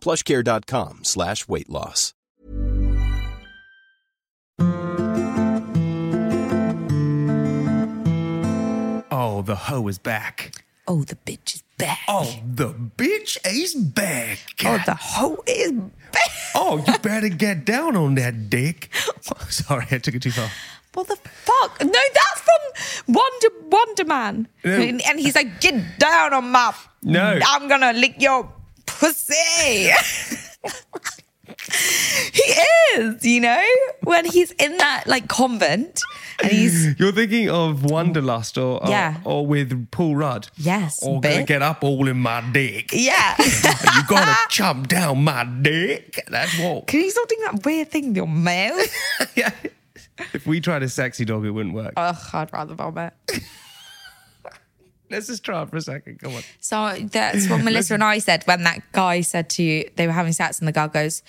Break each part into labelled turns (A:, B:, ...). A: Plushcare.com slash weight loss.
B: Oh, the hoe is back.
C: Oh, the bitch is back.
B: Oh, the bitch is back.
C: Oh, the hoe is back.
B: Oh, you better get down on that dick. Sorry, I took it too far.
C: What the fuck? No, that's from Wonder Wonder Man.
B: No.
C: And, and he's like, get down on my.
B: No.
C: I'm gonna lick your pussy. he is, you know, when he's in that like convent and he's
B: You're thinking of Wonderlust or, or,
C: Yeah.
B: or with Paul Rudd.
C: Yes,
B: Or gonna
C: bitch.
B: get up all in my dick.
C: yeah.
B: you gotta chomp down my dick. That's what.
C: Can you stop doing that weird thing with your mouth?
B: Yeah. If we tried a sexy dog, it wouldn't work.
C: Ugh, I'd rather vomit.
B: Let's just try it for a second. Come on.
C: So that's what Melissa and I said when that guy said to you they were having sex and the girl goes,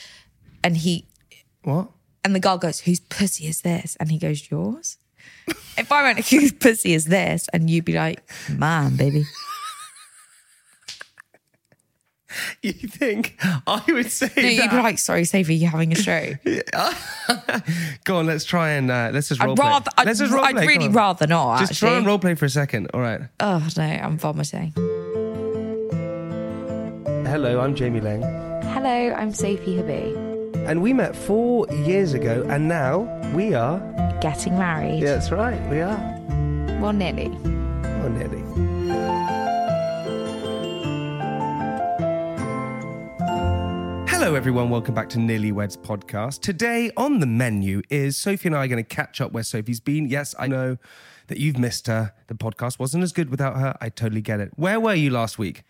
C: and he
B: What?
C: And the girl goes, Whose pussy is this? And he goes, Yours? if I went, Whose pussy is this? And you'd be like, Mine, baby.
B: You think I would say
C: No, you'd be
B: that?
C: like, Sorry, Sophie, you're having a stroke.
B: Go on, let's try and uh, let's just
C: I'd
B: roleplay.
C: rather, I'd,
B: let's just roleplay.
C: I'd
B: come
C: really
B: on.
C: rather not.
B: Just
C: actually.
B: try and roleplay for a second. All right.
C: Oh, no, I'm vomiting.
B: Hello, I'm Jamie Lang,
D: Hello, I'm Sophie Habee.
B: and we met four years ago, and now we are.
D: Getting married.
B: that's right, we are.
D: Well, nearly.
B: Oh, nearly. Hello, everyone. Welcome back to Nearly Wed's podcast. Today on the menu is Sophie and I are going to catch up where Sophie's been. Yes, I know that you've missed her. The podcast wasn't as good without her. I totally get it. Where were you last week?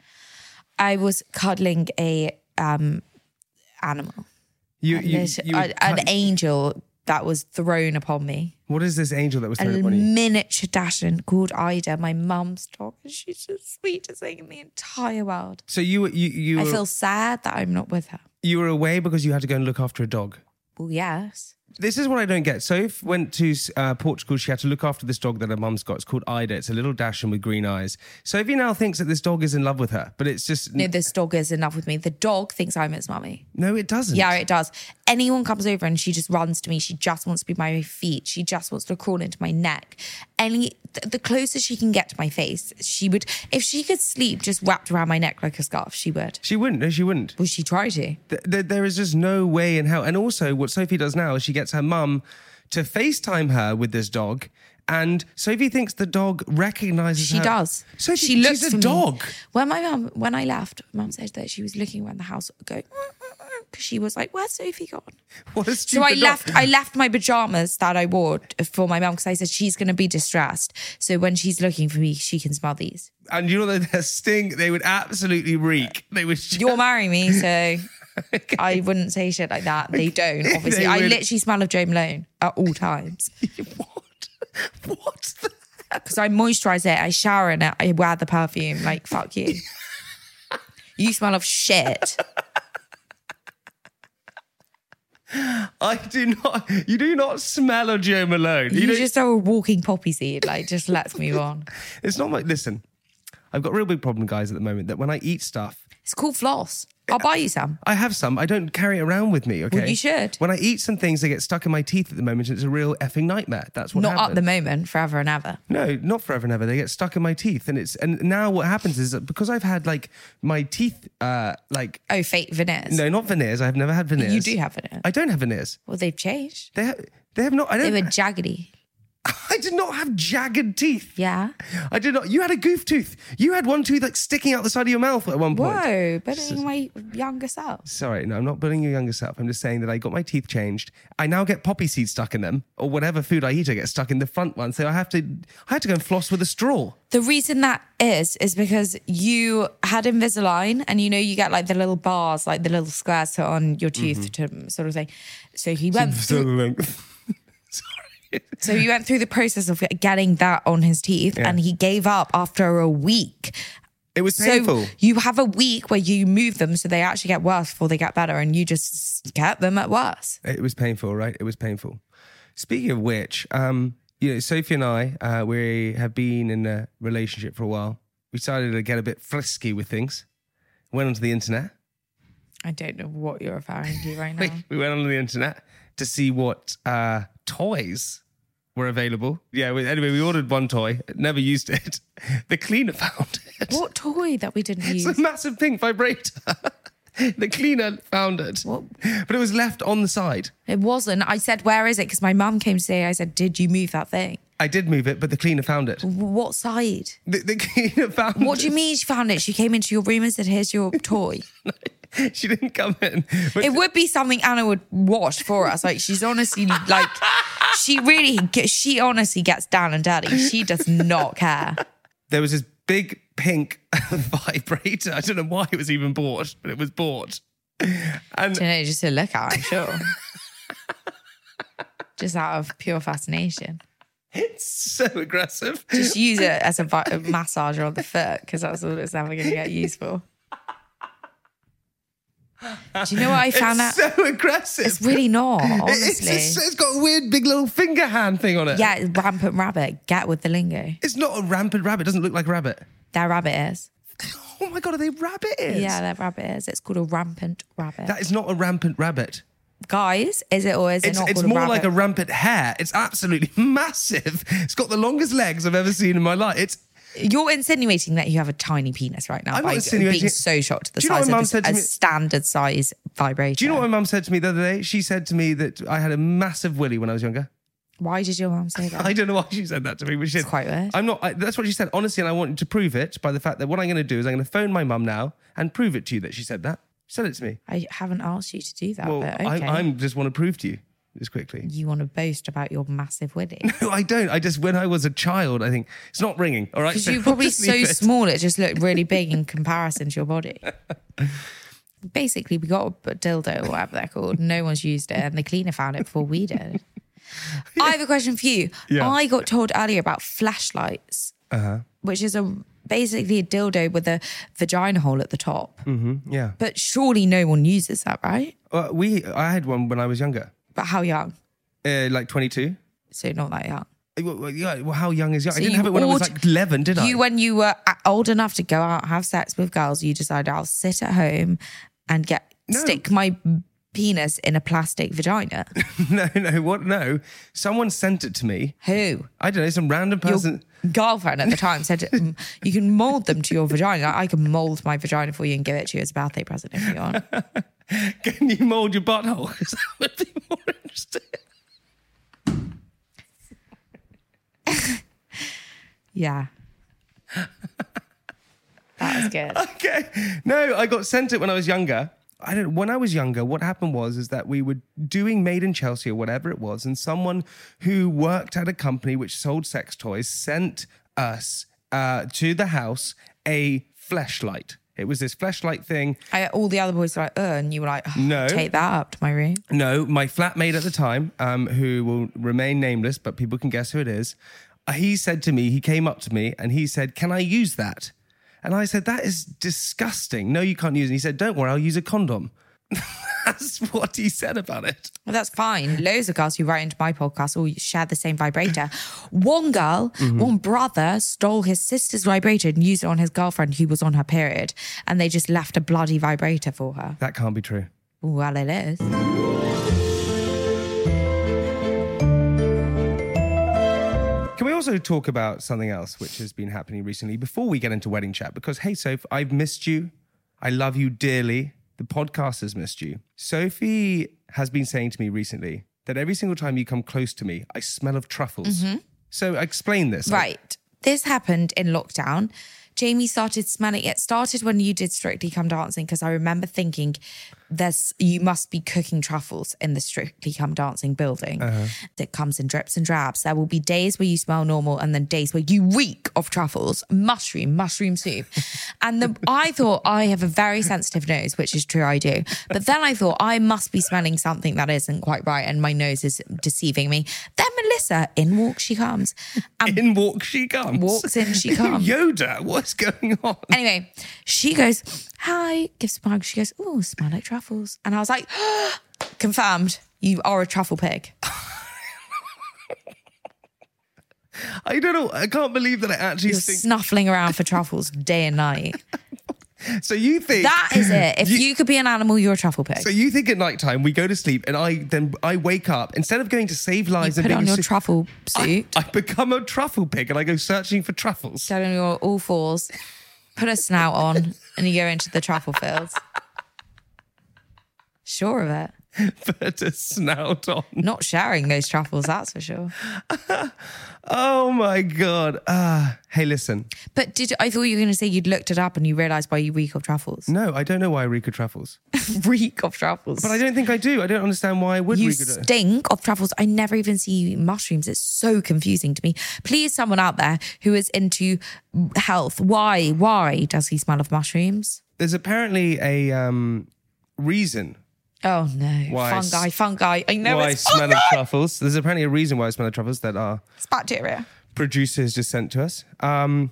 C: I was cuddling a um animal, Uh,
B: You, you,
C: Lit-
B: you were
C: a- an
B: cut-
C: angel that was thrown upon me.
B: what is this angel that was
C: A
B: thrown upon you?
C: miniature Dachshund called Ida, my mum's dog, and she's the sweetest thing in the entire world.
B: So you, were- you, you,
C: I
B: were,
C: feel sad that I'm not with her.
B: you were away because you had to go and look after a dog.
C: Well, yes.
B: This is what I don't get. Soph went to uh, Portugal. She had to look after this dog that her mum's got. It's called Ida. It's a little Dachshund with green eyes. Sophie now thinks that this dog is in love with her, but it's just
C: No,
B: no,
C: this dog is enough with me. The dog thinks I'm its mummy.
B: it doesn't.
C: Yeah, it does. Anyone comes over and she just runs to me. She just wants to be by my feet. She just wants to crawl into my neck. Any th- the closest she can get to my face, she would. If she could sleep just wrapped around my neck like a scarf, she would.
B: she wouldn't. No, she wouldn't.
C: Well, she tried to.
B: Th- th- there is just no way in hell. And also, what Sophie does now is she gets her mum to FaceTime her with this dog, and Sophie thinks the dog recognizes
C: She
B: her.
C: does.
B: Sophie,
C: she looks
B: she's
C: for
B: a
C: me.
B: dog.
C: When my mum, when I left, mum said that she was looking around the house, going because she was like, "Where's Sophie gone?"
B: What a
C: So I
B: stupid dog.
C: left. I left my pajamas that I wore for my mum because I said she's going to be distressed. So when she's looking for me, she can smell these.
B: and you know that their stink. They would absolutely reek. They would. Just,
C: You'll marry me, so I wouldn't say shit like that. They don't, obviously.
B: They
C: I
B: would.
C: literally smell of Joe Malone at all times
B: what? What's that?
C: because I moisturize it, I shower in it, I wear the perfume. Like fuck you. You smell of shit.
B: I do not. You do not smell a Joe Malone. You
C: You,
B: don't-
C: just are a walking poppy seed. Like, just let's move on.
B: it's not like listen. I've got a real big problem, guys, at the moment that when I eat stuff,
C: It's called floss. I'll buy you some.
B: I have some. I don't carry it around with me. Okay,
C: you should.
B: When I eat some things, they get stuck in my teeth at the moment. and It's a real effing nightmare. That's what
C: Not
B: happened.
C: at the moment, forever and ever.
B: No, not forever and ever. They get stuck in my teeth, and it's and now what happens is that because I've had like my teeth, uh, like
C: Oh, fake veneers.
B: no, not veneers. I've never had veneers.
C: You do have veneers.
B: I don't have veneers.
C: Well, they've changed.
B: They have. They have not. I
C: They
B: don't.
C: were jaggedy.
B: I did not have jagged teeth.
C: Yeah.
B: I did not. You had a goof tooth. You had one tooth like sticking out the side of your mouth at one point.
C: Whoa, bettering my younger self.
B: Sorry, no, I'm not bullying your younger self. I'm just saying that I got my teeth changed. I now get poppy seeds stuck in them, or whatever food I eat, I get stuck in the front one. So I have to, I had to go and floss with a straw.
C: The reason that is, is because you had Invisalign and you know you get like the little bars, like the little squares to on your tooth
B: Mm-hmm.
C: to sort of thing. So he went through, so he went through the process of getting that on his teeth and he gave up after a week.
B: It was
C: So
B: painful.
C: you have a week where you move them so they actually get worse before they get better and you just get them at worse.
B: It was painful, right? It was painful. Speaking of which, um, you know, Sophie and I, uh, we have been in a relationship for a while. We started to get a bit frisky with things. Went onto the internet.
C: I don't know what you're referring to right
B: We,
C: now.
B: we went onto the internet to see what uh, toys were available. Yeah. We, anyway, we ordered one toy. Never used it. The cleaner found it.
C: what toy that we didn't use?
B: It's a massive pink vibrator. the cleaner found it.
C: What?
B: But it was left on the side.
C: It wasn't. I said, "Where is it?" Because my mum came to say, "I said, did you move that thing?
B: I did move it, but the cleaner found it.
C: W- What side?
B: The, the cleaner found
C: What do you mean she found it? She came into your room and said, "Here's your toy."
B: mean? She didn't come in. But
C: it would be something Anna would wash for us. Like she's honestly like, she really, ge- she honestly gets down and dirty. She does not care.
B: there was this big pink vibrator. I don't know why it was even bought, but it was bought. And
C: You know, just to look at, I'm sure. Just out of pure fascination.
B: it's so aggressive.
C: Just use it as a, vi- a massager on the foot because that's all it's ever going to get used for. Do you know what I found out?
B: It's so aggressive.
C: It's really not,
B: It's-
C: honestly.
B: it's- it's got a weird big little finger hand thing on it.
C: yeah, it's rampant rabbit. Get with the lingo.
B: It's not a rampant rabbit. It doesn't look like a rabbit.
C: Their rabbit ears.
B: Oh my God, are they rabbit ears?
C: Yeah, their rabbit ears. It's called a rampant rabbit.
B: That is not a rampant rabbit.
C: Guys, is it or is it
B: It's,
C: not
B: it's
C: called
B: more
C: a rabbit?
B: like a rampant hare. It's absolutely massive. It's got the longest legs I've ever seen in my life. It's
C: You're insinuating that you have a tiny penis right now
B: I'm not
C: by
B: insinuating
C: being
B: it.
C: so shocked at the
B: Do you know what
C: size
B: my
C: of
B: mum
C: this
B: said to
C: a
B: me-
C: standard size vibrator.
B: Do you know what my mum said to me the other day? She said to me that I had a massive willy when I was younger.
C: Why did your mum say that?
B: I don't know why she said that to me, but she said,
C: quite weird.
B: I'm not, I, that's what she said, honestly, and I wanted to prove it by the fact that what I'm going to do is I'm going to phone my mum now and prove it to you that she said that. She said it to me.
C: I haven't asked you to do that,
B: Well,
C: but okay.
B: I, I'm just want to prove to you this quickly.
C: you want to boast about your massive willy.
B: No, I don't. I just, when I was a child, I think it's not ringing. All right.
C: Because
B: so
C: you were
B: I'll
C: probably
B: just
C: so
B: leave it.
C: small, it just looked really big in comparison to your body. Basically, we got a dildo or whatever they're called. No one's used it, and the cleaner found it before we did. I have a question for you.
B: Yeah.
C: I got told earlier about flashlights, which is a basically a dildo with a vagina hole at the top.
B: Yeah.
C: But surely no one uses that, right?
B: Uh, we, I had one when I was younger,
C: But how young?
B: uh, like 22.
C: So not that young.
B: Uh, Well, well, yeah, well, how young is young? I didn't
C: you
B: have it when I was
C: ord-
B: like 11, did I?
C: You, when you were a- old enough to go out and have sex with girls, you decided I'll sit at home and get stick my penis in a plastic vagina.
B: no, no, what? No. Someone sent it to me.
C: Who?
B: I don't know, some random person.
C: Your girlfriend at the time said, "Mm, "You can mold them to your vagina. I can mold my vagina for you and give it to you as a birthday present if you want."
B: Can you mold your butthole? 'Cause that would be more interesting.
C: Yeah, that was good.
B: Okay. No, I got sent it when I was younger. I don't. When I was younger, what happened was is that we were doing Made in Chelsea or whatever it was, and someone who worked at a company which sold sex toys sent us uh, to the house a flashlight. It was this flashlight thing.
C: I, all the other boys were like, "Ugh," and you were like,
B: No.
C: no. "Take that up to my room."
B: No, my flatmate at the time, um, who will remain nameless, but people can guess who it is. uh, He said to me, he came up to me and he said, Can I use that? And I said, That is disgusting. No, you can't use it. And he said, Don't worry, I'll use a condom. That's what he said about it.
C: Well, that's fine. Loads of girls who write into my podcast all share the same vibrator. One girl, one brother stole his sister's vibrator and used it on his girlfriend who was on her period. And they just left a bloody vibrator for her.
B: That can't be true.
C: Well, it is.
B: Can we also talk about something else which has been happening recently before we get into wedding chat? Because, hey, Soph, I've missed you. I love you dearly. The podcast has missed you.
C: Mm-hmm.
B: Sophie has been saying to me recently that every single time you come close to me, I smell of truffles. So explain this.
C: Right. This happened in lockdown. Jamie started smelling it. Started when you did Strictly Come Dancing because I remember thinking, "There's you must be cooking truffles in the Strictly Come Dancing building. That comes in drips and drabs. There will be days where you smell normal, and then days where you reek of truffles, mushroom, mushroom soup." and the, I thought I have a very sensitive nose, which is true, I do. But then I thought I must be smelling something that isn't quite right, and my nose is deceiving me. Then Melissa, in walk she comes, and
B: In walks she comes.
C: Walks in she comes.
B: Yoda, what's going on?
C: Anyway, she goes, Hi, gives a mug. She goes, Oh, smell like truffles. And I was like, Confirmed, you are a truffle pig.
B: I don't know. I can't believe that I actually
C: You're
B: think.
C: snuffling around for truffles day and night.
B: so you think
C: That is it. If
B: You-
C: you, could be an animal, you're a truffle pig.
B: So you think at night time we go to sleep and I then I wake up instead of going to save lives and
C: Put
B: being
C: on your
B: si-
C: truffle suit,
B: I become a truffle pig and I go searching for truffles.
C: get on your all fours, put a snout on, and you go into the truffle fields. Sure of it.
B: Put a snout on.
C: Not sharing those truffles, that's for sure.
B: Oh my god. Ah, hey, listen.
C: But did I thought you were going to say you'd looked it up and you realised why you reek of truffles?
B: No, I don't know why I reek of truffles,
C: reek of truffles.
B: but I don't think I do. I don't understand why I would
C: you
B: reek of truffles.
C: stink of truffles. I never even see you eat mushrooms. It's so confusing to me. Please, someone out there who is into health, why, why does he smell of mushrooms?
B: There's apparently a um, reason
C: Oh no,
B: Why I s-
C: fungi, fungi. I know
B: why I
C: it's oh
B: smell of truffles. There's apparently a reason why I smell of truffles that our
C: It's bacteria.
B: producer has just sent to us. Um,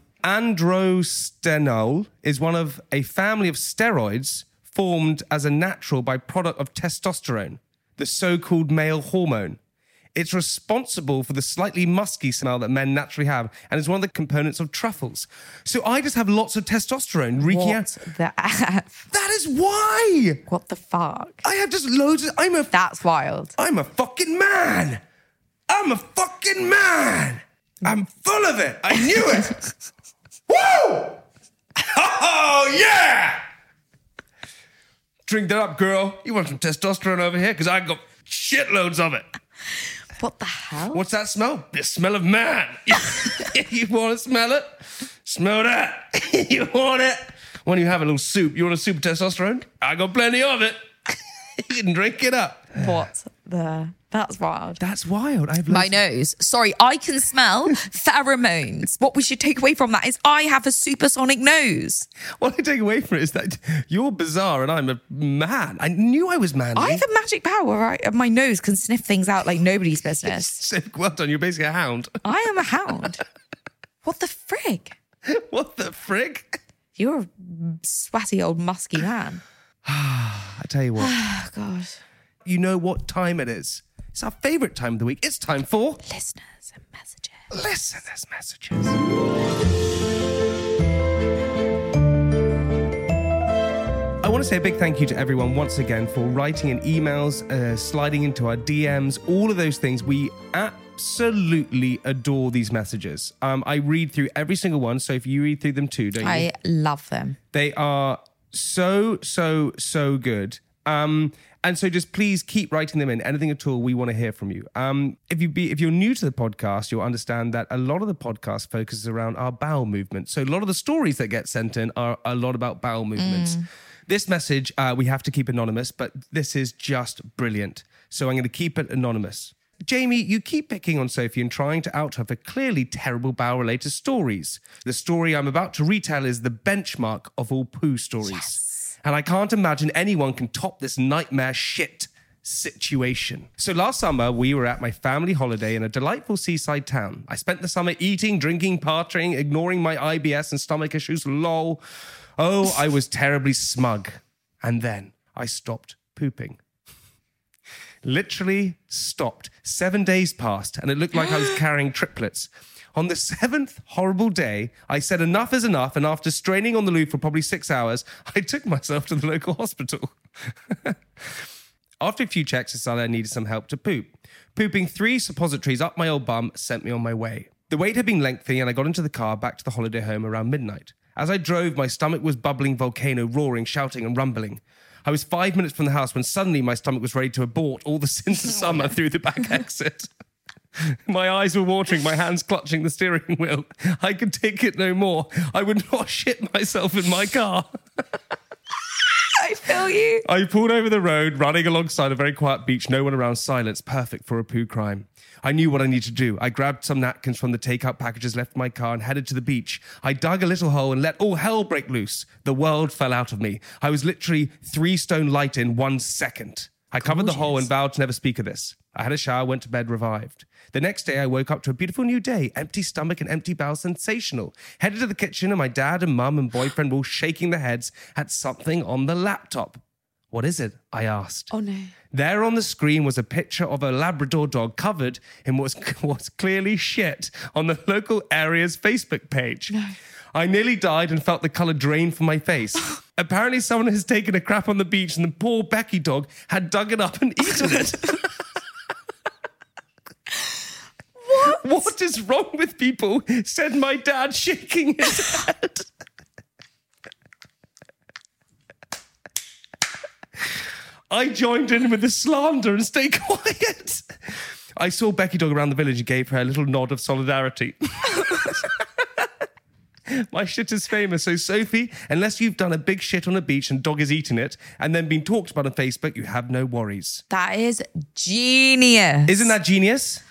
B: androstenol is one of a family of steroids formed as a natural byproduct of testosterone, the so-called male hormone. It's responsible for the slightly musky smell that men naturally have, and is one of the components of truffles. So I just have lots of testosterone reeking
C: What
B: out.
C: the f?
B: That is why
C: What the fuck?
B: I have just loads. Of, I'm a
C: That's wild.
B: I'm a fucking man. I'm a fucking man. I'm full of it. I knew it. Woo! Oh, yeah! Drink that up, girl. You want some testosterone over here? Because I got shitloads of it.
C: What the hell?
B: What's that smell? The smell of man. you want to smell it? Smell that. you want it? When you have a little soup, you want a soup of testosterone? I got plenty of it. you can drink it up.
C: What the? That's wild.
B: That's wild. I've
C: my nose. Sorry, I can smell pheromones. What we should take away from that is I have a supersonic nose.
B: What I take away from it is that you're bizarre and I'm a man. I knew I was manly.
C: I have a magic power. Right? My nose can sniff things out like nobody's business.
B: so well done. You're basically a hound.
C: I am a hound. What the frig?
B: what the frick?
C: You're a sweaty old musky man.
B: I tell you what.
C: Oh God,
B: you know what time it is. It's our favorite time of the week. It's time for
C: listeners and messages.
B: listeners' messages. I want to say a big thank you to everyone once again for writing in emails, uh, sliding into our DMs, all of those things. We absolutely adore these messages. Um, I read through every single one, so if you read through them too, don't you?
C: I love them.
B: They are so, so, so good. Um, and so just please keep writing them in. Anything at all, we want to hear from you. Um, if you be if you're new to the podcast, you'll understand that a lot of the podcast focuses around our bowel movement. So a lot of the stories that get sent in are a lot about bowel movements. This message uh, we have to keep anonymous, but this is just brilliant. So I'm going to keep it anonymous. Jamie, you keep picking on Sophie and trying to out her for clearly terrible bowel related stories. The story I'm about to retell is the benchmark of all poo stories. And I can't imagine anyone can top this nightmare shit situation. So last summer, we were at my family holiday in a delightful seaside town. I spent the summer eating, drinking, partying, ignoring my IBS and stomach issues. Lol. Oh, I was terribly smug. And then I stopped pooping literally stopped. Seven days passed, and it looked like I was carrying triplets. On the seventh horrible day, I said, Enough is enough. And after straining on the loo for probably six hours, I took myself to the local hospital. After a few checks, I decided I needed some help to poop. Pooping three suppositories up my old bum sent me on my way. The wait had been lengthy, and I got into the car back to the holiday home around midnight. As I drove, my stomach was bubbling volcano, roaring, shouting, and rumbling. I was five minutes from the house when suddenly my stomach was ready to abort all the sins of summer through the back exit. My eyes were watering, my hands clutching the steering wheel. I could take it no more. I would not shit myself in my car.
C: I feel you.
B: I pulled over the road, running alongside a very quiet beach, no one around, silence, perfect for a poo crime. I knew what I needed to do. I grabbed some napkins from the takeout packages left in my car and headed to the beach. I dug a little hole and let all hell break loose. The world fell out of me. I was literally three stone light in one second. I covered the hole and vowed to never speak of this. I had a shower, went to bed, revived. The next day, I woke up to a beautiful new day, empty stomach and empty bowel, sensational. Headed to the kitchen, and my dad and mum and boyfriend were all shaking their heads at something on the laptop. What is it? I asked.
C: Oh no.
B: There on the screen was a picture of a Labrador dog covered in what's, what's clearly shit on the local area's Facebook page. I nearly died and felt the colour drain from my face. Apparently, someone has taken a crap on the beach and the poor Becky dog had dug it up and eaten it. what? What is wrong with people? said my dad, shaking his head. I joined in with the slander and stay quiet. I saw Becky Dog around the village and gave her a little nod of solidarity. My shit is famous. So, Sophie, unless you've done a big shit on a beach and dog has eaten it and then been talked about on Facebook, you have no worries.
C: That is genius.
B: Isn't that genius?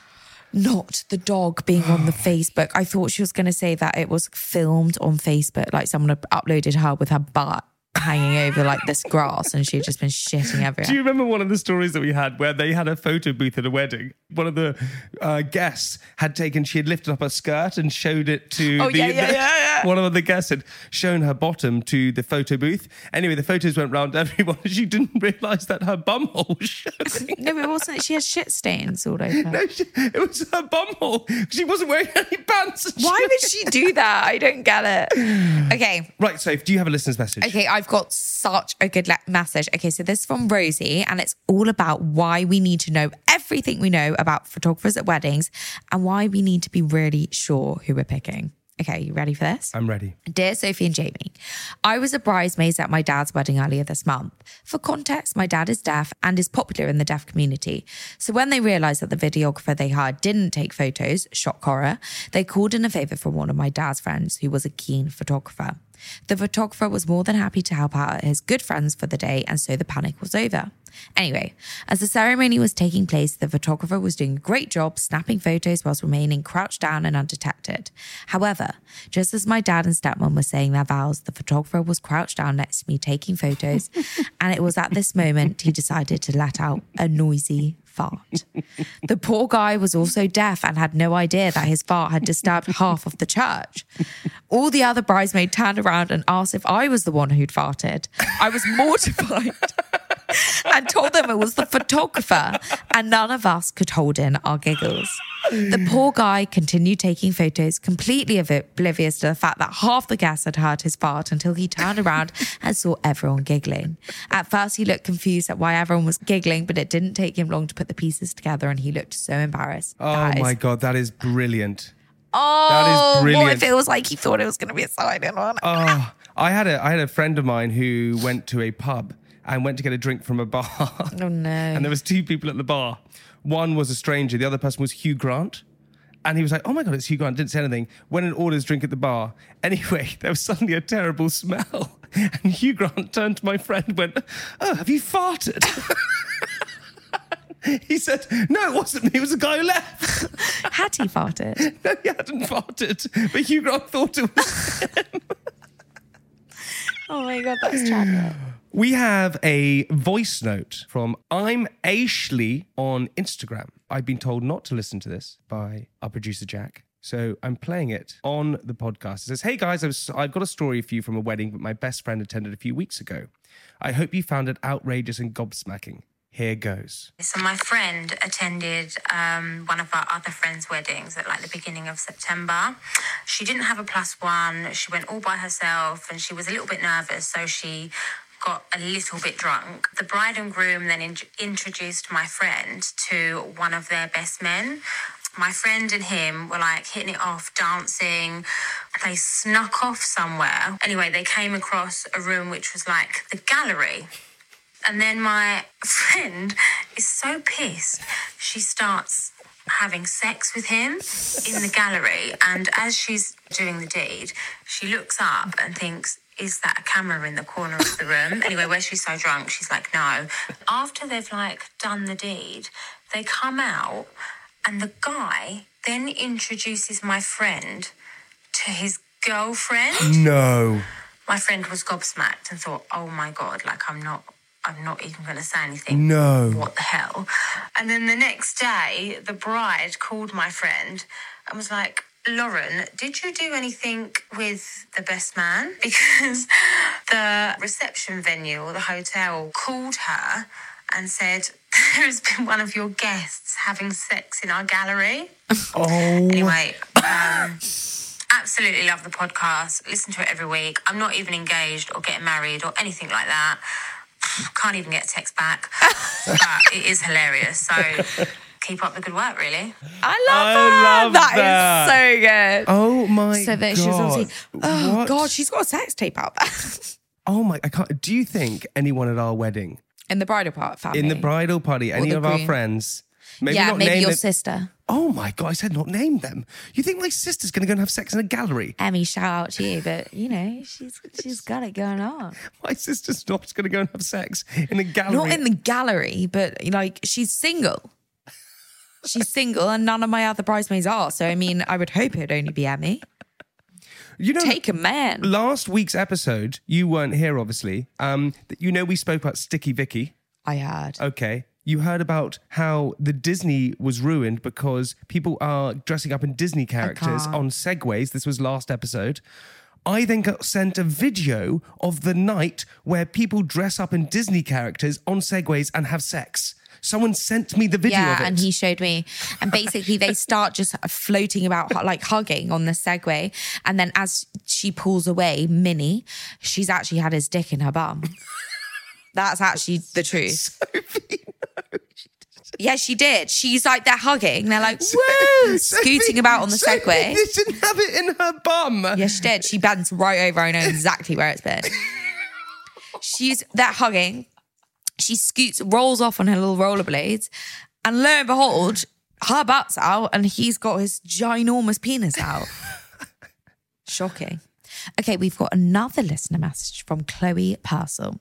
C: not the dog being on the Facebook? I thought she was going to say that it was filmed on Facebook, like someone had uploaded her with her butt hanging over like this grass and she'd just been shitting everywhere.
B: Do you remember one of the stories that we had where they had a photo booth at a wedding? One of the uh, guests had taken, she had lifted up her skirt and showed it to
C: Oh,
B: the,
C: yeah, yeah,
B: the-
C: yeah, yeah.
B: one of the guests had shown her bottom to the photo booth. Anyway, the photos went round everyone and she didn't realise that her bumhole was showing.
C: no, it wasn't. She had shit stains all over. her.
B: No, she, it was her bumhole. She wasn't wearing any pants. and
C: Why
B: she-
C: would she do that? I don't get it. Okay.
B: Right, Safe, do you have a listener's message?
C: Okay, I've got such a good le- message. Okay, so this is from Rosie, and it's all about why we need to know everything we know about photographers at weddings and why we need to be really sure who we're picking. Okay, you ready for this?
B: I'm ready.
C: Dear Sophie and Jamie, I was a bridesmaid at my dad's wedding earlier this month. For context, my dad is deaf and is popular in the deaf community. So when they realized that the videographer they hired didn't take photos, shock horror, they called in a favor from one of my dad's friends who was a keen photographer. The photographer was more than happy to help out his good friends for the day, and so the panic was over. Anyway, as the ceremony was taking place, the photographer was doing a great job snapping photos whilst remaining crouched down and undetected. However, just as my dad and stepmom were saying their vows, the photographer was crouched down next to me taking photos, and it was at this moment he decided to let out a noisy fart. The poor guy was also deaf and had no idea that his fart had disturbed half of the church. All the other bridesmaids turned around and asked if I was the one who'd farted. I was mortified and told them it was the photographer, and none of us could hold in our giggles. The poor guy continued taking photos, completely oblivious to the fact that half the guests had heard his fart until he turned around and saw everyone giggling. At first, he looked confused at why everyone was giggling, but it didn't take him long to put the pieces together, and he looked so embarrassed.
B: Oh
C: That is-
B: my God, that is brilliant.
C: Oh, what
B: brilliant.
C: if it was like he thought it was going to be a silent one?
B: Oh, I had a I had a friend of mine who went to a pub and went to get a drink from a bar.
C: Oh, no.
B: And there was two people at the bar. One was a stranger. The other person was Hugh Grant. And he was like, "Oh my god, it's Hugh Grant!" Didn't say anything. Went and ordered his drink at the bar. Anyway, there was suddenly a terrible smell, and Hugh Grant turned to my friend, and went, "Oh, have you farted?" he said, "No, it wasn't me. It was a guy who left.
C: Had he farted?
B: No, he hadn't farted, but Hugh Grant thought it was."
C: Oh my God, that's tragic.
B: We have a voice note from I'm Ashley on Instagram. I've been told not to listen to this by our producer Jack. So I'm playing it on the podcast. It says, Hey guys, I was, I've got a story for you from a wedding that my best friend attended a few weeks ago. I hope you found it outrageous and gobsmacking. Here goes.
E: So my friend attended um, one of our other friends' weddings at like the beginning of September. She didn't have a plus one. She went all by herself, and she was a little bit nervous, so she got a little bit drunk. The bride and groom then in- introduced my friend to one of their best men. My friend and him were like hitting it off, dancing. They snuck off somewhere. Anyway, they came across a room which was like the gallery. And then my friend is so pissed, she starts having sex with him in the gallery. And as she's doing the deed, she looks up and thinks, is that a camera in the corner of the room? anyway, where she's so drunk, she's like, no. After they've like done the deed, they come out and the guy then introduces my friend to his girlfriend.
B: No.
E: my friend was gobsmacked and thought, "Oh my god, like I'm not, I'm not even going to say anything."
B: No.
E: What the hell? And then the next day, the bride called my friend and was like, Lauren, did you do anything with the best man? Because the reception venue or the hotel called her and said, There has been one of your guests having sex in our gallery. Anyway, um, absolutely love the podcast. Listen to it every week. I'm not even engaged or getting married or anything like that. Can't even get a text back. but it is hilarious. So keep up the good work, really.
C: I love
B: I
C: her.
B: love
C: that is so good.
B: Oh my
C: so that
B: god.
C: she was obviously, oh
B: What?
C: god, she's got a sex tape out there.
B: Oh my I can't do you think anyone at our wedding,
C: in the bridal part family.
B: in the bridal party, any
C: the
B: of our
C: groom.
B: friends, maybe
C: yeah,
B: not
C: maybe
B: name
C: your
B: them-
C: sister.
B: Oh my god, I said not name them. You think my sister's gonna go and have sex in a gallery?
C: Emmy, shout out to you, but you know she's she's got it going on.
B: My sister's not gonna go and have sex in a gallery.
C: Not in the gallery, but like she's single. She's single, and none of my other bridesmaids are. So I mean, I would hope it'd only be Emmy.
B: you know
C: Take a man.
B: last week's episode, you weren't here obviously. Um that you know we spoke about Sticky Vicky.
C: I heard.
B: Okay. You heard about how the Disney was ruined because people are dressing up in Disney characters
C: can't.
B: on segways. This was last episode. I then got sent a video of the night where people dress up in Disney characters on segways and have sex. Someone sent me the video
C: Yeah,
B: of it.
C: and he showed me. And basically, they start just floating about, like hugging on the Segway. And then as she pulls away, Minnie, she's actually had his dick in her bum. That's actually the truth. Yeah, she did. She's like, they're hugging. They're like, woo,
B: Sophie-
C: scooting about on the
B: Sophie
C: Segway.
B: didn't have it in her bum.
C: Yeah, she did. She bends right over. I know exactly where it's been. She's that hugging. She scoots, rolls off on her little rollerblades, and lo and behold, her butt's out, and he's got his ginormous penis out. Shocking. Okay, we've got another listener message from Chloe Purcell.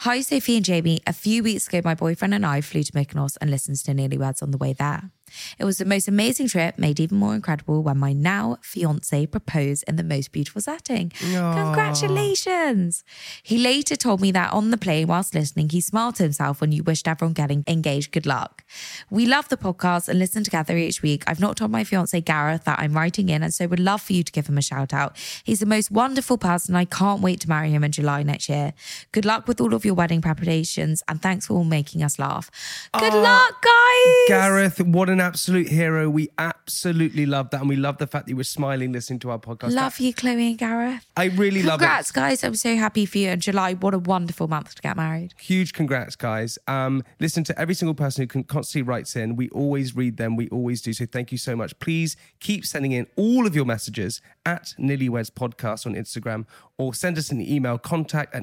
C: Hi, Sophie and Jamie. A few weeks ago, my boyfriend and I flew to Mykonos and listened to Nearly Words on the way there. It was the most amazing trip, made even more incredible when my now fiance proposed in the most beautiful setting. Congratulations. He later told me that on the plane, whilst listening, he smiled to himself when you wished everyone getting engaged good luck. We love the podcast and listen together each week. I've not told my fiance Gareth that I'm writing in, and so would love for you to give him a shout out. He's the most wonderful person. I can't wait to marry him in July next year. Good luck with all of your wedding preparations, and thanks for all making us laugh. Good luck, guys.
B: Ah, Gareth, what an absolute hero. We absolutely love that. And we love the fact that you were smiling listening to our podcast.
C: Love you, Chloe and Gareth.
B: I really love it.
C: Congrats, guys. I'm so happy for you. And July, what a wonderful month to get married.
B: huge congrats guys um listen to every single person who con- constantly writes in we always read them we always do so thank you so much please keep sending in all of your messages at nillyweds podcast on instagram or send us an email contact at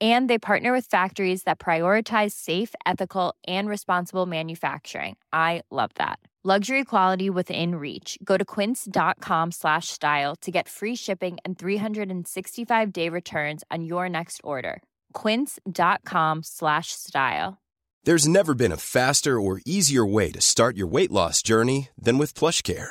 F: And they partner with factories that prioritize safe, ethical, and responsible manufacturing. I love that. Luxury quality within reach. Go to quince.com slash style to get free shipping and 365 day returns on your next order. Quince.com slash style.
A: There's never been a faster or easier way to start your weight loss journey than with PlushCare.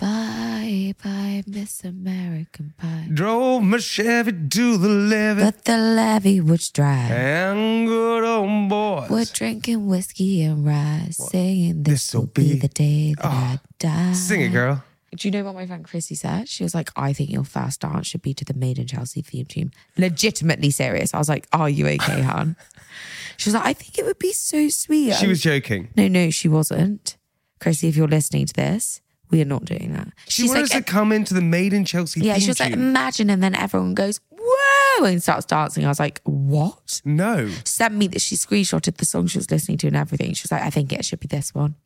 C: Bye, bye, This American Pie.
B: Drove my Chevy to the levee.
C: But the levee was dry.
B: And good old boys.
C: We're drinking whiskey and rye, saying this,
B: This'll
C: will be
B: be- Ah.
C: the day that I die.
B: Sing it, girl.
C: Do you know what my friend Chrissy said? She was like, I think your first dance should be to the Maiden Chelsea theme tune. Legitimately serious. I was like, Are you okay, hon? she was like, I think it would be so sweet.
B: She was joking.
C: No, no, she wasn't. Chrissy, if you're listening to this, we are not doing that.
B: She
C: She's
B: wanted
C: like, uh,
B: us to come into the Maiden Chelsea
C: Yeah,
B: theme
C: she was like, mm.
B: tune.
C: imagine. And then everyone goes, whoa, and starts dancing. I was like, what?
B: no,
C: Sent me that she screenshotted the song she was listening to and everything. She was like, I think it should be this one.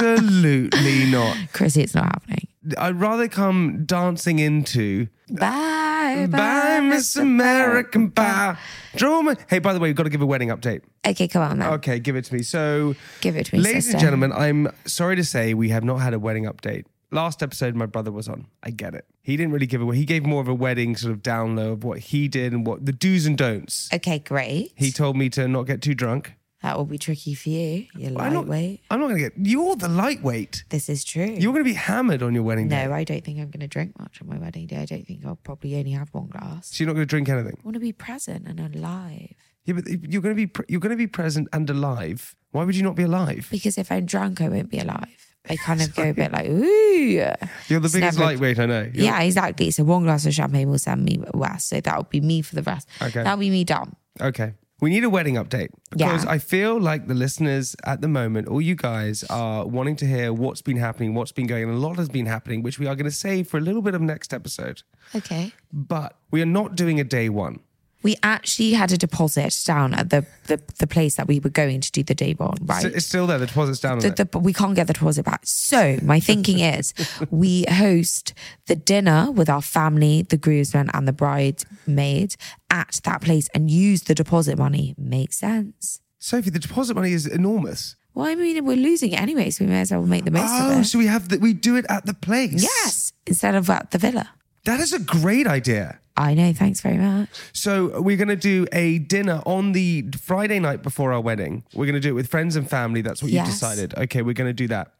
B: absolutely not.
C: Chrissy, it's not happening.
B: I'd rather come dancing into
C: Bye.
B: Bye, Miss American Pie. Drama. Hey, by the way, we've got to give a wedding update.
C: Okay, come on then.
B: Okay, give it to me. So,
C: Give it to me.
B: ladies and
C: sister.
B: gentlemen, I'm sorry to say we have not had a wedding update. Last episode, my brother was on. I get it. He didn't really give away. He gave more of a wedding sort of down low of what he did and what the do's and don'ts.
C: Okay, great.
B: He told me to not get too drunk.
C: that will be tricky for you. You're
B: I'm not,
C: lightweight.
B: I'm not going to get. You're the lightweight.
C: This is true.
B: You're going to be hammered on your wedding day.
C: no, I don't think I'm going to drink much on my wedding day. I don't think I'll probably only have one glass.
B: So you're not going to drink anything.
C: I want to be present and alive.
B: Yeah, but you're going to be pre- you're going to be present and alive. Why would you not be alive?
C: Because if I'm drunk, I won't be alive. I kind of go a bit like, ooh.
B: You're the
C: It's
B: biggest
C: never-
B: lightweight I know. You're-
C: Yeah, exactly. So one glass of champagne will send me west. So that'll be me for the rest.
B: Okay.
C: That'll be me done.
B: Okay. We need a wedding update because
C: Yeah.
B: I feel like the listeners at the moment, all you guys are wanting to hear what's been happening, what's been going, and a lot has been happening, which we are going to save for a little bit of next episode.
C: Okay.
B: But we are not doing a day one.
C: We actually had a deposit down at the the, the place that we were going to do the day one, right?
B: So it's still there. The deposit's down. on
C: the,
B: it.
C: the, but we can't get the deposit back. So my thinking is, we host the dinner with our family, the groomsmen and the bridesmaid at that place, and use the deposit money. Makes sense.
B: Sophie, the deposit money is enormous.
C: Well, I mean, we're losing it anyway, so we may as well make the most of
B: Oh,
C: it.
B: so we have the, we do it at the place.
C: yes, instead of at the villa.
B: that is a great idea.
C: I know. Thanks very much.
B: So we're going to do a dinner on the Friday night before our wedding. We're going to do it with friends and family. That's what
C: Yes.
B: you've decided. Okay, we're going to do that.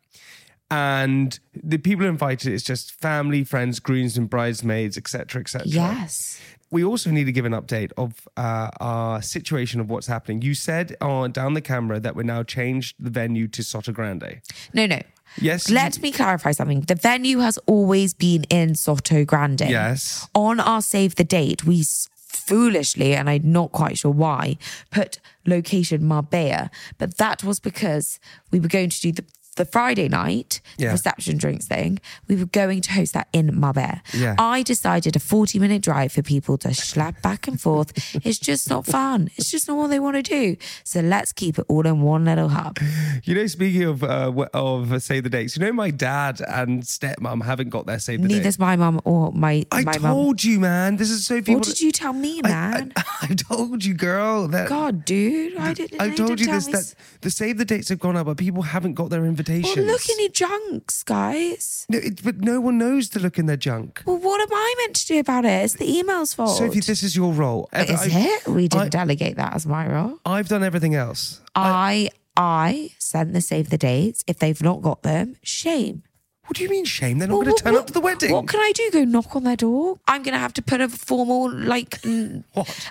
B: And the people invited it's just family, friends, grooms and bridesmaids, etc., etc.
C: Yes.
B: We also need to give an update of uh, our situation of what's happening. You said on down the camera that we're now changed the venue to Sotto Grande.
C: No, no.
B: Yes.
C: Let me clarify something. The venue has always been in Soto Grande.
B: Yes.
C: On our save the date, we s- foolishly, and I'm not quite sure why, put location Marbella. But that was because we were going to do the the Friday night the
B: Yeah.
C: reception drinks thing, we were going to host that in Marbella.
B: Yeah.
C: I decided a 40 minute drive for people to slap back and forth is just not fun. It's just not what they want to do. So let's keep it all in one little hub.
B: You know, speaking of uh, w- of uh, save the dates, you know, my dad and stepmom haven't got their save the date.
C: Neither's my mum or my
B: I
C: my mum.
B: told you, man. This is Sophie.
C: What did you tell me,
B: I-
C: man?
B: I, I told you, girl. That
C: God, dude, I didn't.
B: I
C: they
B: told
C: didn't
B: you
C: tell
B: this.
C: me
B: That the save the dates have gone up, but people haven't got their invitations.
C: s- Well, look in your junks, guys.
B: No, it, but no one knows to look in their junk.
C: Well, what am I meant to do about it? It's the email's fault.
B: Sophie, this is your role. Ev-
C: is
B: I-
C: it? We didn't
B: I-
C: delegate that as my role.
B: I've done everything else.
C: I I sent the save the dates. If they've not got them, shame.
B: What do you mean shame? They're not
C: Well,
B: going to
C: what-
B: turn
C: what-
B: up to the wedding.
C: What can I do? Go knock on their door? I'm going to have to put a formal like n-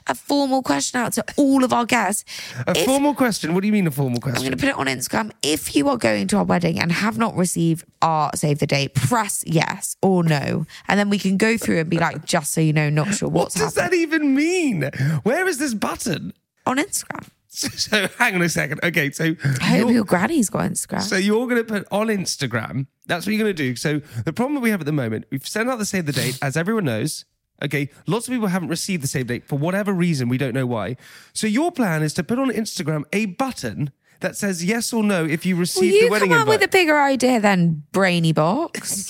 C: a formal question out to all of our guests.
B: a
C: If-
B: formal question. What do you mean a formal
C: I'm going
B: question?
C: to put it on Instagram. If you are going to our wedding and have not received our save the date, press yes or no. And then we can go through and be like, just so you know, not sure
B: What
C: what's
B: does
C: happening
B: that even mean? Where is this button?
C: on Instagram.
B: So hang on a second. Okay, so
C: I hope
B: you're-
C: your granny's got Instagram.
B: So you're going to put on Instagram. That's what you're going to do. So the problem that we have at the moment, we've sent out the save the date, as everyone knows. Okay, lots of people haven't received the save date for whatever reason. We don't know why. So your plan is to put on Instagram a button that says yes or no if you
C: Will
B: receive
C: you
B: the wedding
C: come up
B: invite.
C: with a bigger idea than Brainy Box?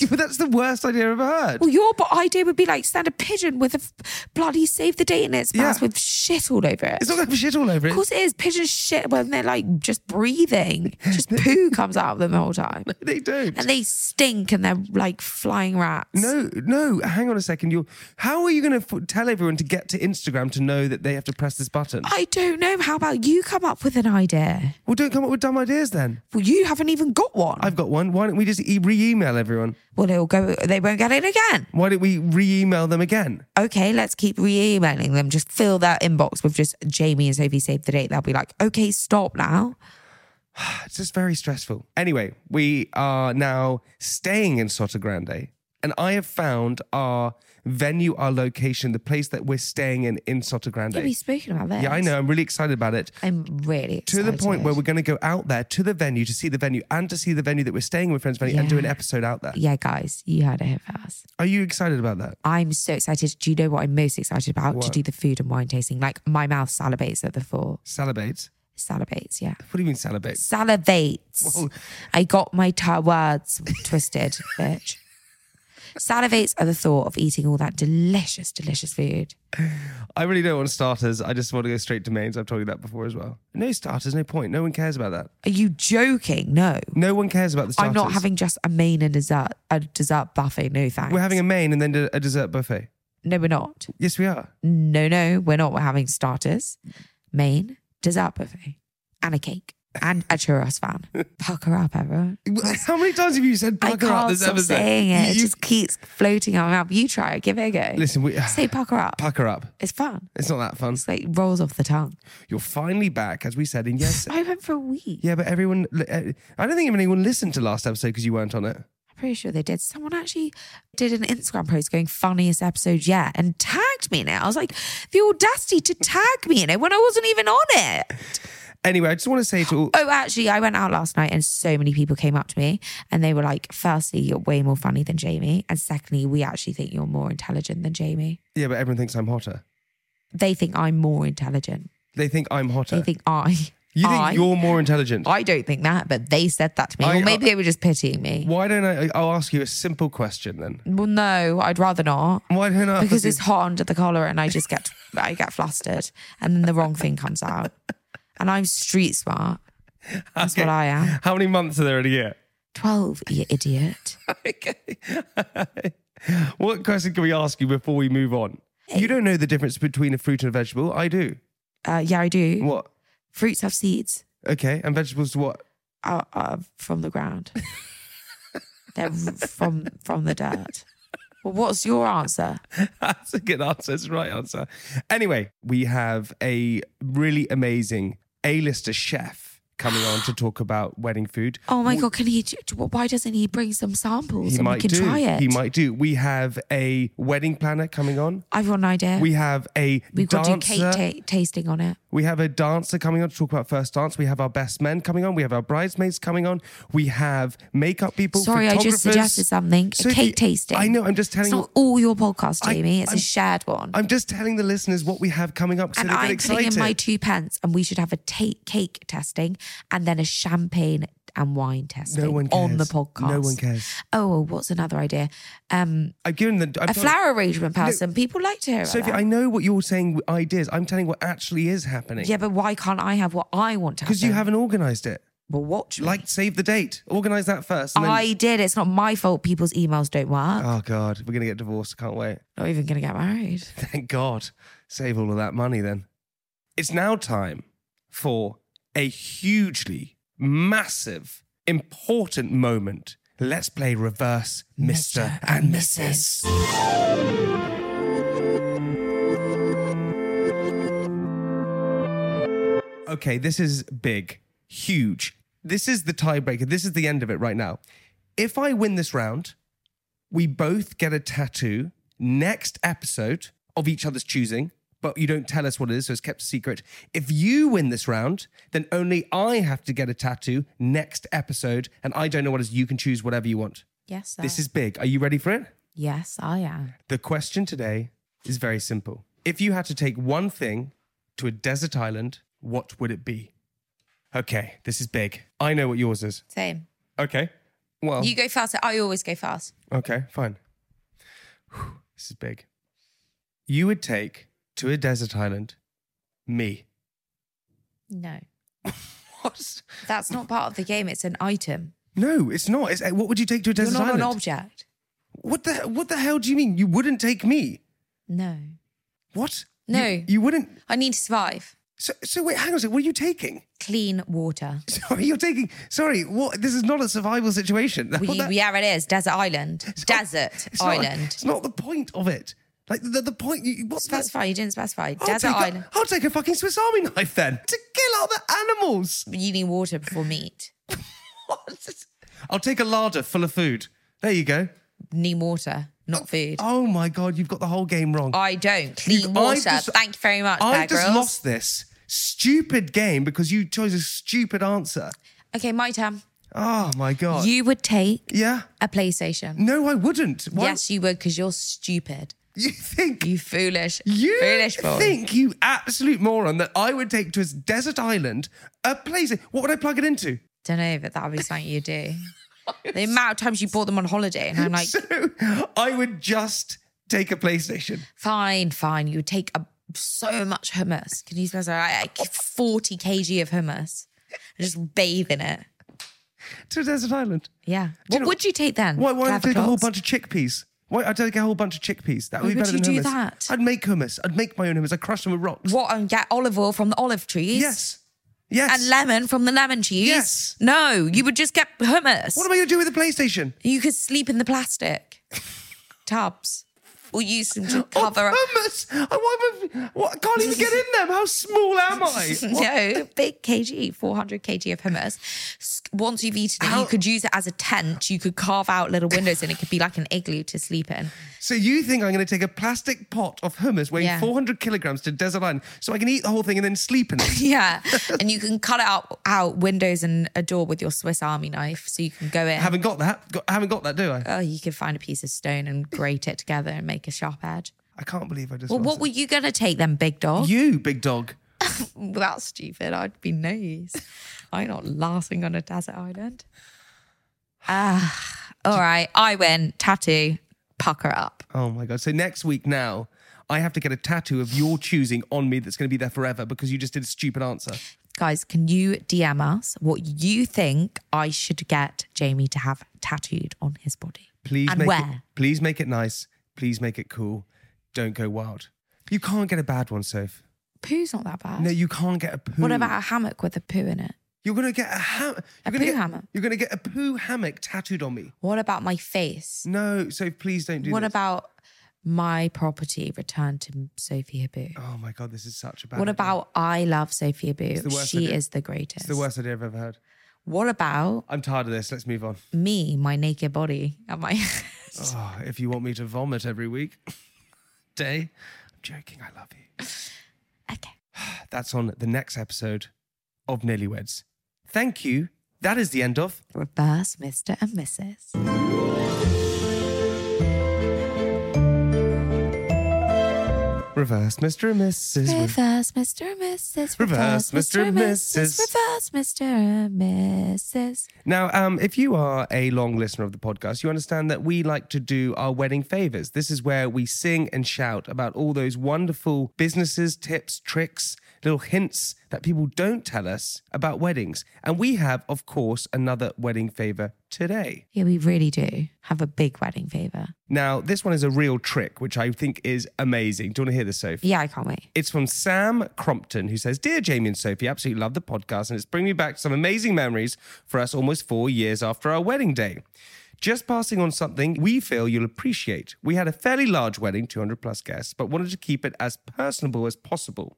B: Yeah, but that's the worst idea I've ever heard.
C: Well, your bo- idea would be like send a pigeon with a f- bloody save the date in its mouth
B: Yeah.
C: with shit all over it.
B: It's not going to have shit all over
C: of
B: it.
C: course it is. Pigeons shit when they're like just breathing. Just poo comes out of them the whole time.
B: They don't.
C: And they stink and they're like flying rats.
B: no, no. Hang on a second. You're. How are you going to f- tell everyone to get to Instagram to know that they have to press this button?
C: I don't know. How about you come up with an idea?
B: well, don't come up with dumb ideas then.
C: Well, you haven't even got one.
B: I've got one. Why don't we just e- re-email everyone?
C: well, they'll go. They won't get it again.
B: Why don't we re-email them again?
C: Okay, let's keep re-emailing them. Just fill their inbox with just Jamie and Sophie saved the date. They'll be like, okay, stop now.
B: It's just very stressful. Anyway, we are now staying in Sotto Grande, and I have found our venue, our location, the place that we're staying in in Sotto Grande.
C: Have we spoken about this?
B: yeah, I know. I'm really excited about it.
C: I'm really
B: to
C: excited.
B: the point where we're going to go out there to the venue to see the venue and to see the venue that we're staying with friends venue and do an
C: Yeah.
B: episode out there.
C: Yeah, guys, you heard it here first.
B: Are you excited about that?
C: I'm so excited. Do you know what I'm most excited about? To
B: What?
C: do the food and wine tasting. Like my mouth salivates at the thought.
B: Salibates?
C: Salivates, yeah.
B: What do you mean salibates?
C: Salivates.
B: Whoa.
C: I got my t- words twisted, bitch. Salivates at the thought of eating all that delicious, delicious food.
B: I really don't want starters. I just want to go straight to mains. I've told you that before as well. No starters, no point. No one cares about that.
C: Are you joking? No.
B: No one cares about the starters.
C: I'm not having just a main and dessert, a dessert buffet. No thanks.
B: We're having a main and then de- a dessert buffet.
C: No, we're not.
B: Yes, we are.
C: No, no, we're not. We're having starters, main, dessert buffet, and a cake, and a churros fan. Pucker up, everyone.
B: How many times have you said
C: I
B: pucker up
C: can't
B: this
C: stop
B: episode?
C: saying it. It
B: You-
C: just keeps floating out of my mouth. You try it. Give it a go.
B: Listen, we
C: Say pucker up.
B: pucker up.
C: It's fun.
B: It's not that fun.
C: It's like rolls off the tongue.
B: You're finally back, as we said. And yes,
C: I went for a week.
B: yeah, but everyone, eh, I don't think even anyone listened to last episode because you weren't on it.
C: I'm pretty sure they did. Someone actually did an Instagram post going funniest episode yet and tagged me in it. I was like, the audacity to tag me in it when I wasn't even on it.
B: Anyway, I just want to say to all,
C: Oh, actually, I went out last night and so many people came up to me and they were like, firstly, you're way more funny than Jamie. And secondly, we actually think you're more intelligent than Jamie.
B: yeah, but everyone thinks I'm hotter.
C: They think I'm more intelligent.
B: They think I'm hotter.
C: They think I.
B: you think
C: I,
B: you're more intelligent.
C: I don't think that, but they said that to me.
B: I-
C: or maybe they were just pitying me.
B: Why don't I? I'll ask you a simple question then.
C: Well, no, I'd rather not.
B: Why don't I?
C: because it's hot under the collar and I just get I get flustered and then the wrong thing comes out. And I'm street smart. That's
B: Okay.
C: what I am.
B: How many months are there in a year?
C: Twelve, you idiot.
B: okay. what question can we ask you before we move on? You don't know the difference between a fruit and a vegetable. I do.
C: Uh, yeah, I do.
B: What?
C: Fruits have seeds
B: Okay. And vegetables, what?
C: uh, uh, from the ground. They're from from the dirt. Well, what's your answer?
B: That's a good answer. It's the right answer. Anyway, we have a really amazing A-lister chef coming on to talk about wedding food.
C: Oh my god! Can he? Why doesn't he bring some samples
B: He
C: and we
B: might
C: can
B: do.
C: try it?
B: He might do. We have a wedding planner coming on.
C: I've got an idea.
B: We have a
C: We've got to do
B: dancer.
C: cake ta- tasting on it.
B: We have a dancer coming on to talk about first dance. We have our best men coming on. We have our bridesmaids coming on. We have makeup people.
C: Sorry, I
B: photographers.
C: just suggested something. A
B: Sophie,
C: cake tasting.
B: I know. I'm just telling.
C: It's not all your podcast,
B: I-
C: Jamie. it's
B: I'm-
C: a shared one.
B: I'm just telling the listeners what we have coming up. So
C: and
B: they get
C: I'm putting
B: excited.
C: in my two pence, and we should have a take cake testing and then a champagne and wine testing
B: no one cares.
C: on the podcast.
B: No one cares.
C: Oh, well, what's another idea? Um,
B: I've given the I've
C: a
B: told-
C: flower arrangement person. People like to hear about
B: Sophie,
C: that.
B: I know what you're saying. with Ideas. I'm telling what actually is happening.
C: yeah, but why can't I have what I want to?
B: Because you haven't organised it.
C: Well, watch me.
B: Like save the date. Organise that first. and then-
C: I did. It's not my fault. People's emails don't work.
B: Oh God, we're gonna get divorced. Can't wait.
C: not even going to get married.
B: Thank God. Save all of that money then. It's now time for a hugely massive, important moment. Let's play reverse Mr. and Mrs. Okay, this is big, huge. This is the tiebreaker. This is the end of it right now. If I win this round, we both get a tattoo next episode of each other's choosing, but you don't tell us what it is, so it's kept a secret. If you win this round, then only I have to get a tattoo next episode, and I don't know what it is. You can choose whatever you want.
C: Yes, sir.
B: This is big. Are you ready for it?
C: Yes, I am.
B: The question today is very simple. If you had to take one thing to a desert island, what would it be? Okay, this is big. I know what yours is.
C: Same.
B: Okay. Well,
C: You go fast. I always go fast.
B: Okay, fine. Whew, this is big. You would take to a desert island me.
C: No.
B: What?
C: That's not part of the game. It's an item.
B: No, it's not. It's, eh, what would you take to a desert
C: You're not
B: island?
C: an object.
B: what the what the hell do you mean? You wouldn't take me?
C: No.
B: What?
C: No.
B: You, you wouldn't
C: I need to survive.
B: So, so wait, hang on a second. What are you taking?
C: Clean water.
B: Sorry, you're taking. Sorry, what? This is not a survival situation.
C: We,
B: That-
C: yeah, it is. Desert Island. Desert
B: it's not-
C: Island.
B: it's not the point of it. Like the, the point. You, what's that?
C: Specify. You didn't specify.
B: I'll
C: Desert
B: take a-
C: Island.
B: I'll take a fucking Swiss Army knife then to kill other animals.
C: You need water before meat.
B: What? I'll take a larder full of food. There you go.
C: Need water, not food.
B: Oh my god, you've got the whole game wrong.
C: I don't.
B: You've-
C: Clean
B: I've
C: Oh, water.
B: just-
C: Thank you very much, Bear
B: I've just
C: Grylls.
B: lost this stupid game because you chose a stupid answer.
C: Okay, my turn.
B: Oh my god.
C: You would take
B: yeah.
C: a PlayStation.
B: No, I wouldn't. Why-
C: Yes, you would, because you're stupid.
B: You think
C: You foolish.
B: you
C: foolish boy.
B: think you absolute moron that I would take to a desert island a place? What would I plug it into?
C: Don't know, but that would be something you do. the amount of times you bought them on holiday, and I'm like,
B: so I would just take a PlayStation.
C: fine, fine. You take a, so much hummus. Can you smell like 40 kg of hummus? And just bathe in it.
B: to a desert island.
C: Yeah.
B: Do you
C: What
B: know-
C: would you take then?
B: Why? Why not
C: Clever
B: take a whole
C: clocks?
B: bunch of chickpeas? Why? I'd take a whole bunch of chickpeas. That would
C: Why
B: be
C: would
B: better
C: you
B: than
C: do
B: hummus.
C: that?
B: I'd make hummus. I'd make my own hummus. I'd crush them with rocks.
C: What? And get olive oil from the olive trees?
B: Yes. Yes.
C: And lemon from the lemon cheese?
B: Yes.
C: No, you would just get hummus.
B: what am I going to do with the PlayStation?
C: you could sleep in the plastic tubs. Or use them to cover up.
B: oh, hummus. I, why, what, I can't even get in them. How small am I?
C: No, big kg, 400 kg of hummus. S- Once you've eaten it,
B: How-
C: you could use it as a tent. You could carve out little windows and it could be like an igloo to sleep in.
B: So you think I'm going to take a plastic pot of hummus weighing
C: Yeah.
B: 400 kilograms to desert island so I can eat the whole thing and then sleep in it?
C: Yeah. and you can cut out, out windows and a door with your Swiss army knife. So you can go in.
B: haven't got that. Got, haven't got that, do I?
C: oh, you could find a piece of stone and grate it together and make a sharp edge.
B: I can't believe I just.
C: Well,
B: lost
C: what were you going to take then, big
B: it.
C: dog?
B: you, big dog?
C: Well, That's stupid. I'd be no use. I'm not laughing on a desert island. Ah, all right. I win. Tattoo. Pucker up.
B: Oh my god! So next week now, I have to get a tattoo of your choosing on me that's going to be there forever because you just did a stupid answer.
C: Guys, can you DM us what you think I should get Jamie to have tattooed on his body?
B: Please
C: And
B: make it.
C: where?
B: Please make it nice. Please make it cool. Don't go wild. You can't get a bad one, Soph.
C: Poo's not that bad.
B: No, you can't get a poo.
C: what about a hammock with a poo in it?
B: You're gonna get a ham.
C: A
B: you're gonna
C: poo
B: get,
C: hammock.
B: You're gonna get a poo hammock tattooed on me.
C: What about my face?
B: No, Soph, please don't do
C: what
B: this.
C: about my property returned to Sophie Habu?
B: Oh my god, this is such a bad.
C: what
B: idea.
C: about I love Sophie Habu?
B: the worst
C: She
B: idea.
C: is the greatest.
B: It's the worst idea I've ever heard.
C: What about
B: I'm tired of this. Let's move on.
C: me, my naked body and my
B: Oh, if you want me to vomit every week, day. I'm joking. I love you.
C: Okay.
B: That's on the next episode of Nearly Weds. Thank you. That is the end of.
C: Reverse Mr. and Mrs.
B: Reverse Mr. and Mrs. Re-
C: Reverse Mr. and Mrs.
B: Reverse Mr. and Mrs..
C: Reverse Mr. and Mrs.
B: Now, um, if you are a long listener of the podcast, you understand that we like to do our wedding favors. This is where we sing and shout about all those wonderful businesses, tips, tricks, little hints that people don't tell us about weddings. And we have, of course, another wedding favor today.
C: Yeah, we really do have a big wedding favor.
B: Now, this one is a real trick, which I think is amazing. Do you want to hear this, Sophie?
C: Yeah, I can't wait.
B: It's from Sam Crompton, who says, Dear Jamie and Sophie, absolutely love the podcast, and it's bringing me back to some amazing memories for us almost four years after our wedding day. Just passing on something we feel you'll appreciate. We had a fairly large wedding, 200 plus guests, but wanted to keep it as personable as possible.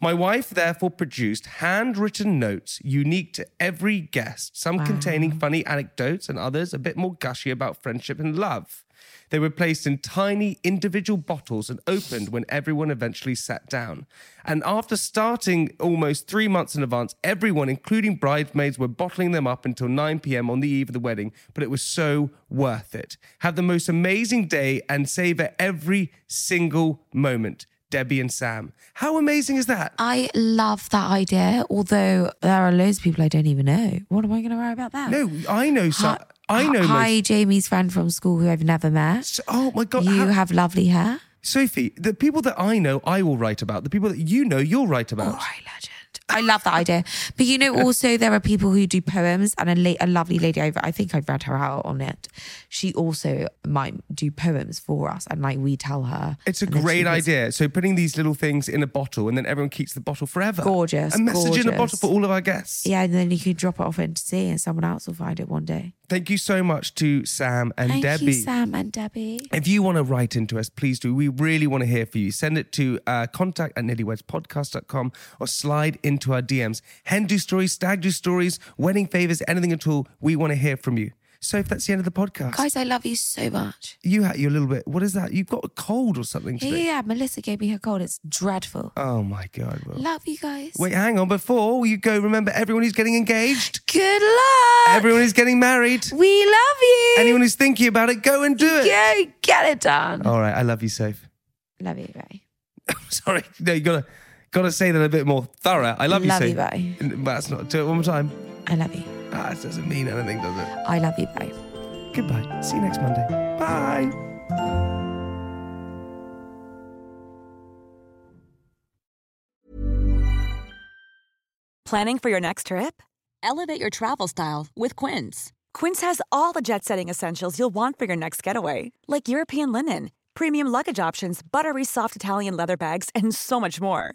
B: My wife therefore produced handwritten notes unique to every guest, some containing funny anecdotes and others a bit more gushy about friendship and love. They were placed in tiny individual bottles and opened when everyone eventually sat down. And after starting almost three months in advance, everyone, including bridesmaids, were bottling them up until 9 p.m. on the eve of the wedding. But it was so worth it. Have the most amazing day and savor every single moment. Debbie and Sam. How amazing is that?
C: I love that idea, although there are loads of people I don't even know. What am I going to write about that?
B: No, I know some.
C: Hi-
B: I know
C: Hi,
B: most.
C: Jamie's friend from school who I've never met.
B: So- Oh my god,
C: you
B: how-
C: have lovely hair.
B: Sophie! The people that I know, I will write about. The people that you know, you'll write about.
C: All right, Oh, legend. I love that idea. But you know, also there are people who do poems, and a, la- a lovely lady over. I think I've read her out on it. She also might do poems for us, and like we tell her.
B: It's a
C: and then she
B: great
C: goes-
B: idea. So putting these little things in a bottle, and then everyone keeps the bottle forever.
C: Gorgeous,
B: A message in a bottle
C: gorgeous.
B: for all of our guests.
C: Yeah, and then you can drop it off into sea, and someone else will find it one day.
B: Thank you so much to Sam and
C: Thank
B: Debbie.
C: you, Sam and Debbie.
B: If you want to write into us, please do. We really want to hear from you. Send it to uh, contact at nittywedgepodcast.com or slide into our DMs. Hen do stories, stag do stories, wedding favors, anything at all. We want to hear from you. So if that's the end of the podcast,
C: Guys, I love you so much.
B: you ha- you're a little bit. What is that? You've got a cold or something
C: Yeah,
B: today?
C: yeah, yeah, Melissa gave me her cold. It's dreadful.
B: Oh my god! Will.
C: Love you guys.
B: Wait, hang on. Before you go, remember everyone who's getting engaged,
C: Good luck.
B: everyone who's getting married,
C: we love you.
B: anyone who's thinking about it, go and do it.
C: Go get it done.
B: All right, I love you, Safe.
C: Love you, bye.
B: Sorry, no, you gotta gotta say that a bit more thorough. I love,
C: Love
B: you,
C: you, bye.
B: Safe. But that's not. Do it one more time.
C: I love you.
B: Ah, this doesn't mean anything, does it?
C: I love you, bye.
B: Goodbye. See you next Monday. Bye.
G: Planning for your next trip? Elevate your travel style with Quince. Quince has all the jet setting essentials you'll want for your next getaway, like European linen, premium luggage options, buttery soft Italian leather bags, and so much more.